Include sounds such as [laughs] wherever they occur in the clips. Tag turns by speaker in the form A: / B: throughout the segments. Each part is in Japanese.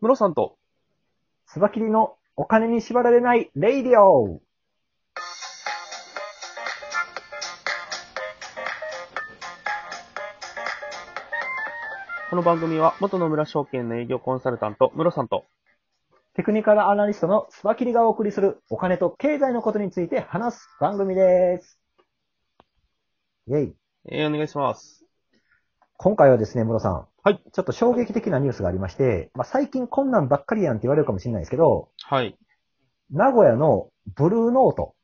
A: ムロさんと、
B: スバキリのお金に縛られないレイディオ
A: この番組は元野村証券の営業コンサルタント、ムロさんと、
B: テクニカルアナリストのスバキリがお送りするお金と経済のことについて話す番組です。イェイ。
A: えー、お願いします。
B: 今回はですね、ムロさん。
A: はい。
B: ちょっと衝撃的なニュースがありまして、まあ、最近こんなんばっかりやんって言われるかもしれないですけど、
A: はい。
B: 名古屋のブルーノート。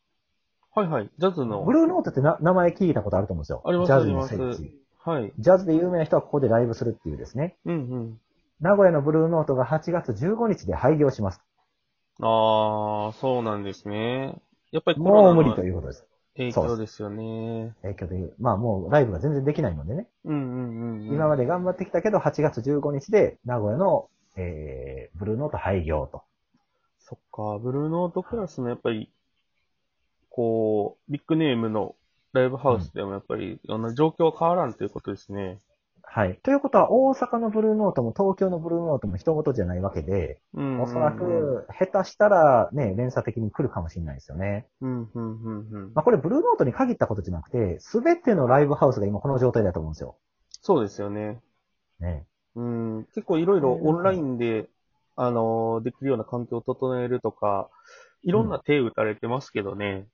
A: はいはい。ジャズの
B: ブ、ルーノートってな名前聞いたことあると思うんですよ。
A: あります
B: ジャズの聖
A: あります
B: 地。
A: はい。
B: ジャズで有名な人はここでライブするっていうですね。
A: うんうん。
B: 名古屋のブルーノートが8月15日で廃業します。
A: あー、そうなんですね。やっぱりコ
B: もう
A: ロ
B: 無
A: ナ
B: 理
A: の
B: ということです。
A: 影響ですよね。
B: 影響で、まあもうライブが全然できないのでね、
A: うんうんうんうん。
B: 今ま
A: で。
B: で頑張ってきたけど、8月15日で名古屋の、えー、ブルーノート廃業と。
A: そっか、ブルーノートクラスのやっぱり、こう、ビッグネームのライブハウスでもやっぱり、あの状況は変わらんということですね。
B: はい。ということは、大阪のブルーノートも東京のブルーノートも人事じゃないわけで、
A: うん。
B: おそら、く、下手したら、ね、連鎖的に来るかもしれないですよね。
A: うんうんうんうん。
B: まあ、これ、ブルーノートに限ったことじゃなくて、すべてのライブハウスが今この状態だと思うんですよ。
A: そうですよね。
B: ね。
A: うん、結構いろいろオンラインで、あのーできるような環境を整えるとか、いろんな手打たれてますけどね。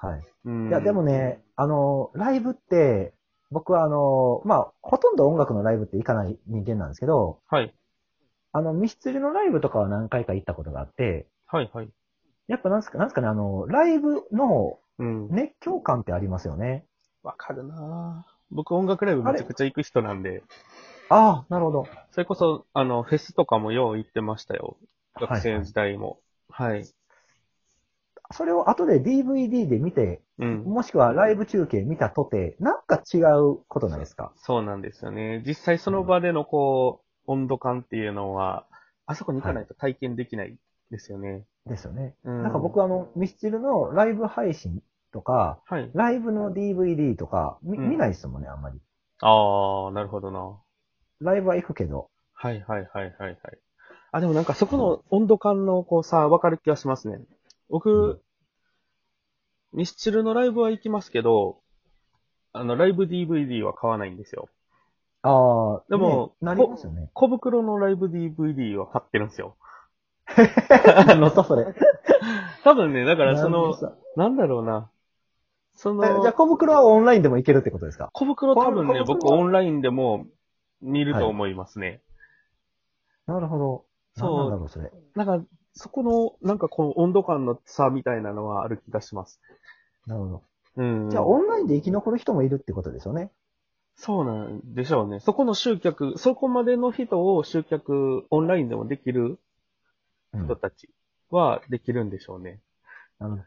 B: はい。
A: うん。
B: いや、でもね、あの、ライブって、僕はあの、まあ、ほとんど音楽のライブって行かない人間なんですけど、
A: はい。
B: あの、ミスチルのライブとかは何回か行ったことがあって、
A: はい、はい。
B: やっぱなんすか、なんすかね、あの、ライブの
A: うん。
B: 熱狂感ってありますよね。
A: わかるなぁ僕音楽ライブめちゃくちゃ行く人なんで、
B: ああ、なるほど。
A: それこそ、あの、フェスとかもよう行ってましたよ。学生
B: はい
A: 時代も。はい、
B: それを後で DVD で見て、
A: うん。
B: もしくはライブ中継見たとて、なんか違うことないですか
A: そうなんですよね。実際その場でのこう、温度感っていうのは、あそこに行かないと体験できないですよね。
B: ですよね。
A: うん。
B: なんか僕はあの、ミスチルのライブ配信とか、
A: はい。
B: ライブの DVD とか、み
A: うん
B: 見ないですもんね、あんまり。
A: ああ、なるほどな。
B: ライブは行くけど、
A: はいはいはいはいはい。あ、でもなんかそこの温度感のこうさ、わかる気がしますね。僕、ミスチルのライブは行きますけど、あの、ライブ DVD は買わないんですよ。
B: ああ、
A: でも
B: ねなりますよね。
A: 小袋のライブ DVD は買ってるんですよ。
B: [laughs] あのと、それ。だ
A: 多分ね、だからその、なんだろうな。そ
B: じゃあ
A: の、
B: 小袋はオンラインでもいけるってことですか
A: 小袋多分ね、
B: 小袋
A: 僕オンラインでも見ると思いますね。
B: なるほど。
A: そう
B: なんなんだろう、それ。
A: なんか、そこの、なんかこの温度感の差みたいなのはある気がします。
B: なるほど。
A: うん。
B: じゃあ、オンラインで生き残る人もいるってことですよね。
A: そうなんでしょうね。そこの集客、そこまでの人を集客、オンラインでもできる
B: うん
A: 人たちはできるんでしょうね。
B: なるほど。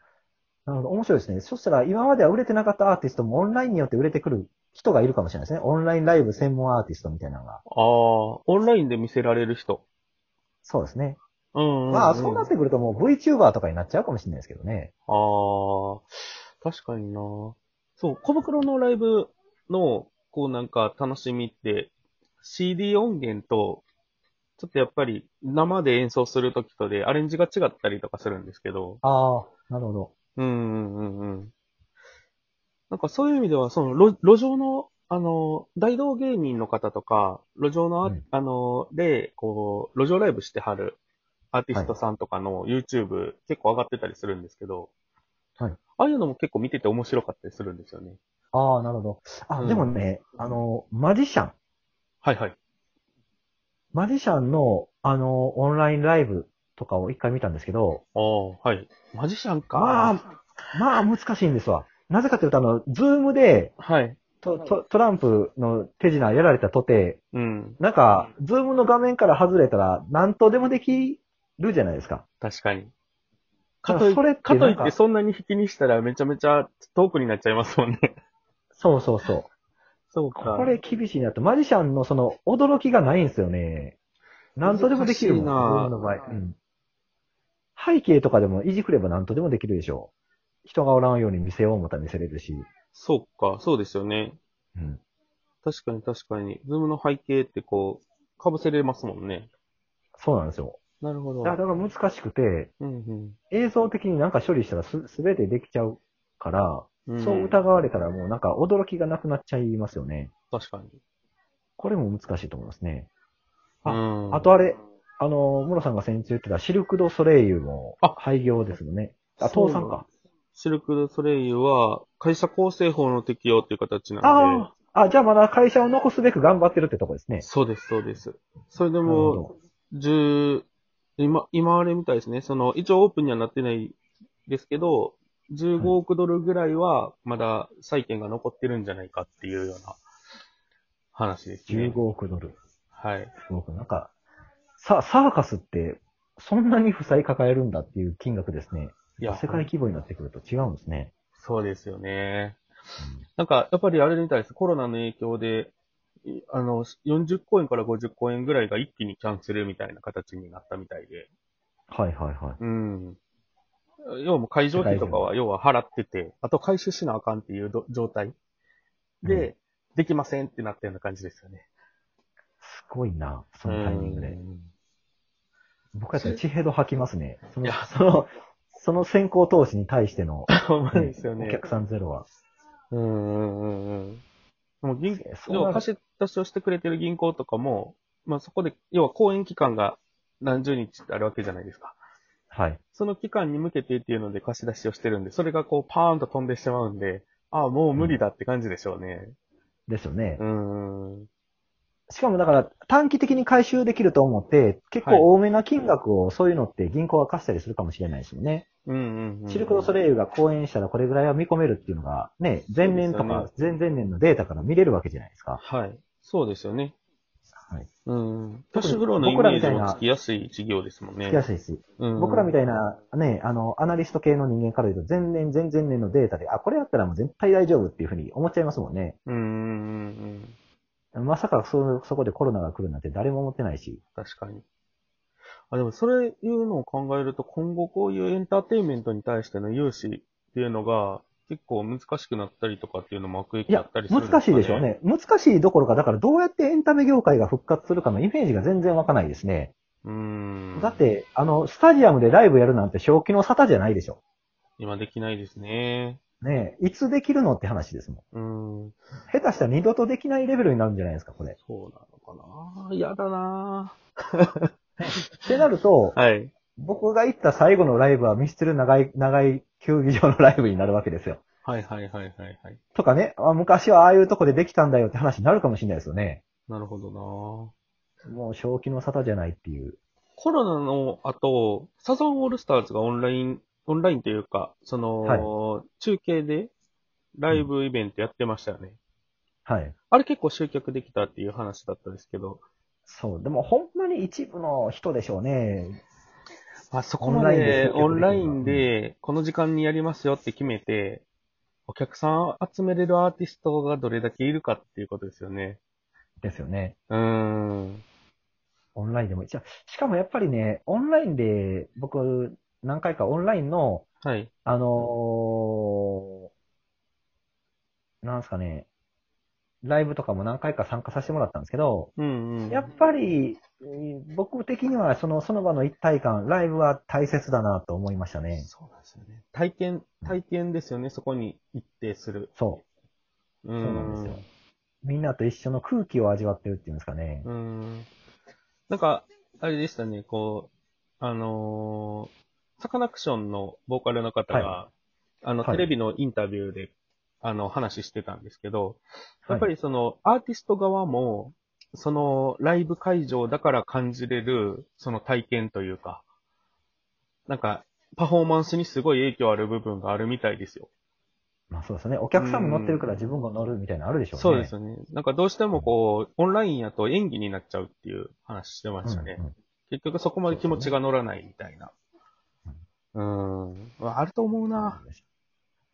B: なるほど。面白いですね。そしたら、今までは売れてなかったアーティストもオンラインによって売れてくる人がいるかもしれないですね。オンラインライブ専門アーティストみたいなのが。
A: ああ、オンラインで見せられる人。
B: そうですね。
A: うん、うん。
B: まあ、そうなってくるともう VTuber とかになっちゃうかもしれないですけどね。
A: ああ、確かにな。そう、小袋のライブの、こうなんか楽しみって、CD 音源と、ちょっとやっぱり生で演奏するときとでアレンジが違ったりとかするんですけど、
B: ああ、なるほど。
A: うんうんうんうん。なんかそういう意味では、その、路路上の、あの、大道芸人の方とか、路上のアー、
B: うん
A: あの、で、こう、路上ライブしてはるアーティストさんとかの YouTube、結構上がってたりするんですけど、
B: はい
A: ああいうのも結構見てて面白かったりするんですよね。
B: ああ、なるほど。あ、でもね、あの、マジシャン。
A: はいはい。
B: マジシャンの、あの、オンラインライブとかを一回見たんですけど、
A: ああ、はい。マジシャンか。
B: まあ、まあ難しいんですわ。なぜかというと、あの、ズームで
A: はい。
B: トトトランプの手品やられたとて、
A: うん。
B: なんか、ズームの画面から外れたら何とでもできるじゃないですか。
A: 確かに。か
B: だから
A: とい
B: それって
A: かとい
B: なん
A: っ
B: か
A: て、そんなに引きにしたらめちゃめちゃ遠くになっちゃいますもんね。
B: そうそうそう。
A: そうか。
B: これ厳しいなと。マジシャンのその驚きがないんですよね。何とでもできるもん。ズ
A: 難しいな
B: ームの場合。うん。背景とかでもいじくれば何とでもできるでしょう。人がおらんように見せようもたら見せれるし。
A: そうか、そうですよね。
B: うん。
A: 確かに確かに。ズームの背景ってこう、被せれますもんね。
B: そうなんですよ。
A: なるほど。
B: だから難しくて、
A: うん
B: 映像的になんか処理したらす全てできちゃうから、
A: うん。ん
B: そう疑われたらもうなんか驚きがなくなっちゃいますよね。
A: 確かに。
B: これも難しいと思いますね。あ
A: うん
B: あとあれ、あの、ムロさんが先日言ってたシルク・ド・ソレイユも
A: あ
B: 廃業ですよね。あ、
A: そう
B: 倒産か。
A: シルク・ドゥ・ソレイユは、会社構成法の適用っていう形なんで
B: あ、あ、じゃあまだ会社を残すべく頑張ってるってとこですね。
A: そうです、そうです。それで
B: なるほ
A: も、
B: ど。
A: 10、今、今あれみたいですね。その、一応オープンにはなってないですけど、15億ドルぐらいは、まだ債権が残ってるんじゃないかっていうような話ですね
B: 15。億ドル。
A: はい。
B: すごくなんか、さ、サーカスって、そんなに負債抱えるんだっていう金額ですね。
A: いや、
B: 世界規模になってくると違うんですね。
A: そうですよね。なんか、やっぱりあれみたいです。コロナの影響で、いあの、40公演から50公演ぐらいが一気にキャンセルみたいな形になったみたいで。
B: はいはいはい。
A: うん。要はもう会場費とかは、要は払ってて、あと回収しなあかんっていうど状態で、
B: う
A: できませんってなったような感じですよね。
B: すごいな、そのタイミング
A: う
B: で。
A: ん
B: 僕やったら地平度吐きますね。そ
A: い
B: の
A: や、
B: その、その先行投資に対しての、
A: [laughs] ほんまですよ
B: お
A: ね。
B: 客さんゼロは。
A: うんうんうんうん。もう銀
B: そ
A: 要
B: うな
A: は
B: る
A: 貸し出しをしてくれてる銀行とかも、まあそこで、要は公演期間が何十日ってあるわけじゃないですか。
B: はい。
A: その期間に向けてっていうので貸し出しをしてるんで、それがこうパーンと飛んでしまうんで、ああ、もう無理だって感じでしょうね。
B: ですよね
A: う。ん。うん
B: しかもだから短期的に回収できると思って、結
A: はい
B: 構多めな金額をそういうのって銀行が貸したりするかもしれないですよね。
A: うんうん。
B: シルク・ド・ソレイユが講演したらこれぐらいは見込めるっていうのが、ね、前年とか前々年のデータから見れるわけじゃないですか。
A: はい。そうですよね。
B: はい。
A: うん。キャッ
B: 特
A: シ
B: に
A: ュフローのイ
B: 僕ら
A: メー
B: み
A: ジ
B: たいな
A: もつきやすい事業ですもんね。
B: 聞きやすいし、
A: うん
B: 僕らみたいな、ね、あの、アナリスト系の人間から言うと、前年、前々年のデータで、あ、これやったらもう絶対大丈夫っていうふうに思っちゃいますもんね。
A: うんうんうんうん。
B: まさかそ、そこでコロナが来るなんて誰も思ってないし。
A: 確かに。あ、でもそれいうのを考えると、今後こういうエンターテインメントに対しての融資っていうのが、結構難しくなったりとかっていうのも悪影
B: い
A: 響あ
B: や
A: ったり、するん
B: 難しいでしょう
A: か。
B: ね。難しいどころか、だからどうやってエンタメ業界が復活するかのイメージが全然わかないですね。
A: うん。
B: だっ、て、あの、スタジアムでライブやるなんて正気の沙汰じゃないでしょ。
A: 今できないですね。
B: ねえ、いつできるのって話ですもん。
A: うん。
B: 下手したら二度とできないレベルになるんじゃないですか、これ。
A: そうなのかな嫌だな
B: ってなると、
A: はい。
B: 僕が行った最後のライブはミスチル長い、長い球技場のライブになるわけですよ。
A: はいはいはいはいはい。
B: とかね、あ昔はああいうとこでできたんだよって話になるかもしれないですよね。
A: なるほどな
B: もう正気の沙汰じゃないっていう。
A: コロナの後、サザンオールスターズがオンライン、オンラインというか、その、中継でライブイベントやってましたよね。
B: はい。
A: あれ結構集客できたっていう話だったんですけど、
B: そう。でもほんまに一部の人でしょうね。
A: まあ、そこ
B: こ
A: ま
B: ま
A: で
B: で
A: オンラインでこの時間にやりますよって決めて、お客さん集めれるアーティストがどれだけいるかっていうことですよね。
B: ですよね。
A: うーん。
B: オンラインでも。じゃしかもやっぱりね、オンラインで、僕、何回かオンラインの、
A: はい。
B: あのーなんですかね、ライブとかも何回か参加させてもらったんですけど、
A: うんうん。
B: やっぱり、えー僕的にはその、その場の一体感、ライブは大切だなと思いましたね。
A: そうなんですよね。体験、体験ですよね。そこに一定する。
B: そうう。
A: ん
B: そうなんですよ。みんなと一緒の空気を味わってるっていうんですかね
A: う。ーん。なんか、あれでしたね、こう、あのーサカナクションのボーカルの方が、
B: は
A: あの、
B: はい
A: テレビのインタビューで、あの、話してたんですけど、
B: はい
A: やっぱりその、アーティスト側も、その、ライブ会場だから感じれる、その体験というか、なんか、パフォーマンスにすごい影響ある部分があるみたいですよ。
B: まあそうですよね。お客さんも乗ってるから自分も乗るみたいなのあるでしょうね。
A: そうですよね。なんかどうしてもこう、オンラインやと演技になっちゃうっていう話してましたね。
B: うんうん
A: 結局そこまで気持ちが乗らないみたいな。うん。あると思うな。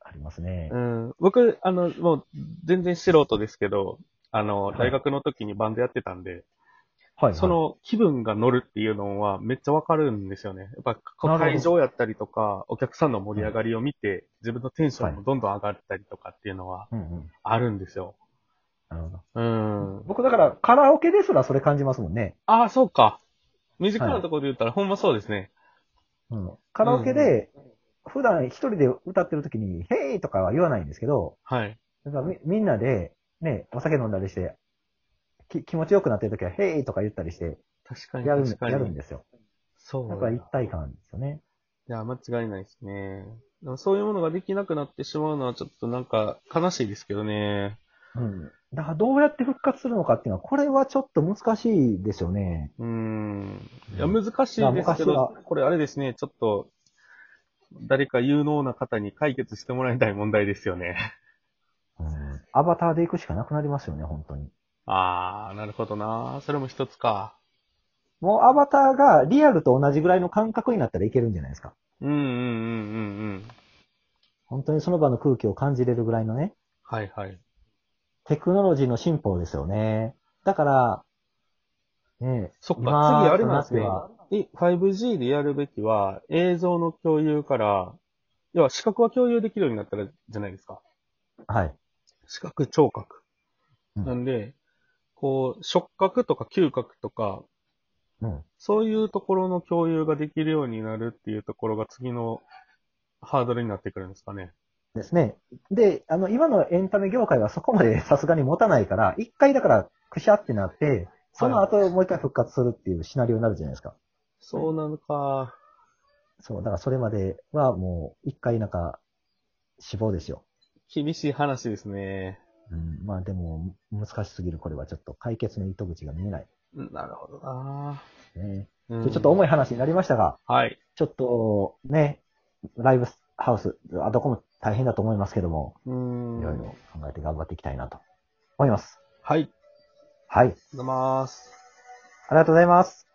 B: ありますね
A: う。ん。僕、あの、もう、全然素人ですけど、あの、
B: はい
A: 大学の時にバンドやってたんで、
B: はい。
A: そ、の気分が乗るっていうのはめっちゃわかるんですよね。やっぱこ
B: な
A: う
B: るほど
A: 会場やったりとか、お客さんの盛り上がりを見て、自分のテンションもどんどん上がったりとかっていうのは
B: うんうん。
A: あるんですよ。
B: なるほど。
A: うん。
B: 僕だからカラオケですらそれ感じますもんね。
A: ああ、そうか。身近なところで言ったら、ほんまそうですね。
B: うん、カラオケで、普段一人で歌ってる時に、ヘイとかは言わないんですけど、
A: はい。
B: だからみみんなで、ね、お酒飲んだりして、き気持ちよくなってる時は、ヘイとか言ったりして、
A: 確かに
B: やるん
A: 確
B: や
A: かに。
B: るんですよ。
A: そう
B: だ
A: だ。
B: から一体感ですよね。
A: いや、間違いないですね。でもそういうものができなくなってしまうのはちょっとなんか悲しいですけどね。
B: うん。だからどうやって復活するのかっていうのは、これはちょっと難しいですよね。
A: うーん。いや、
B: うん
A: 難しいですけ
B: まあ
A: ど
B: 昔、
A: これあれですね、ちょっと、誰か有能な方に解決してもらいたい問題ですよね。
B: うん。アバターで行くしかなくなりますよね、本当に。
A: あー、なるほどな。それも一つか。
B: もうアバターがリアルと同じぐらいの感覚になったらいけるんじゃないですか。
A: うんうんうんうんうん。
B: 本当にその場の空気を感じれるぐらいのね、
A: はいはい。
B: テクノロジーの進歩ですよね。だから、ねえ
A: そっか、次
B: 今
A: あれなんです
B: と
A: ね
B: なっては。
A: え 5G でやるべきは、映像の共有から、要は視覚は共有できるようになったらじゃないですか。
B: はい。
A: 視覚、聴覚。
B: うん
A: なんで、こう、触覚とか嗅覚とか、
B: うん。
A: そういうところの共有ができるようになるっていうところが次のハードルになってくるんですかね。
B: ですね。で、あの、今のエンタメ業界はそこまで [laughs] さすがに持たないから、一回だから、くしゃってなって、その後もう一回復活するっていうシナリオになるじゃないですか。
A: そうなのか。
B: そう、だからそれまではもう一回なんか、死亡ですよ。
A: 厳しい話ですね。
B: うん、まあでも、難しすぎる、これはちょっと解決の糸口が見えない
A: なるほどな。
B: ですね。
A: うん
B: でちょっと重い話になりましたが、
A: はい。
B: ちょっとね、ライブハウス、あどこも大変だと思いますけども、
A: う
B: い
A: ん。
B: ろいろ考えて頑張っていきたいなと思います。
A: はい。
B: はい。
A: 出ます。
B: ありがとうございます。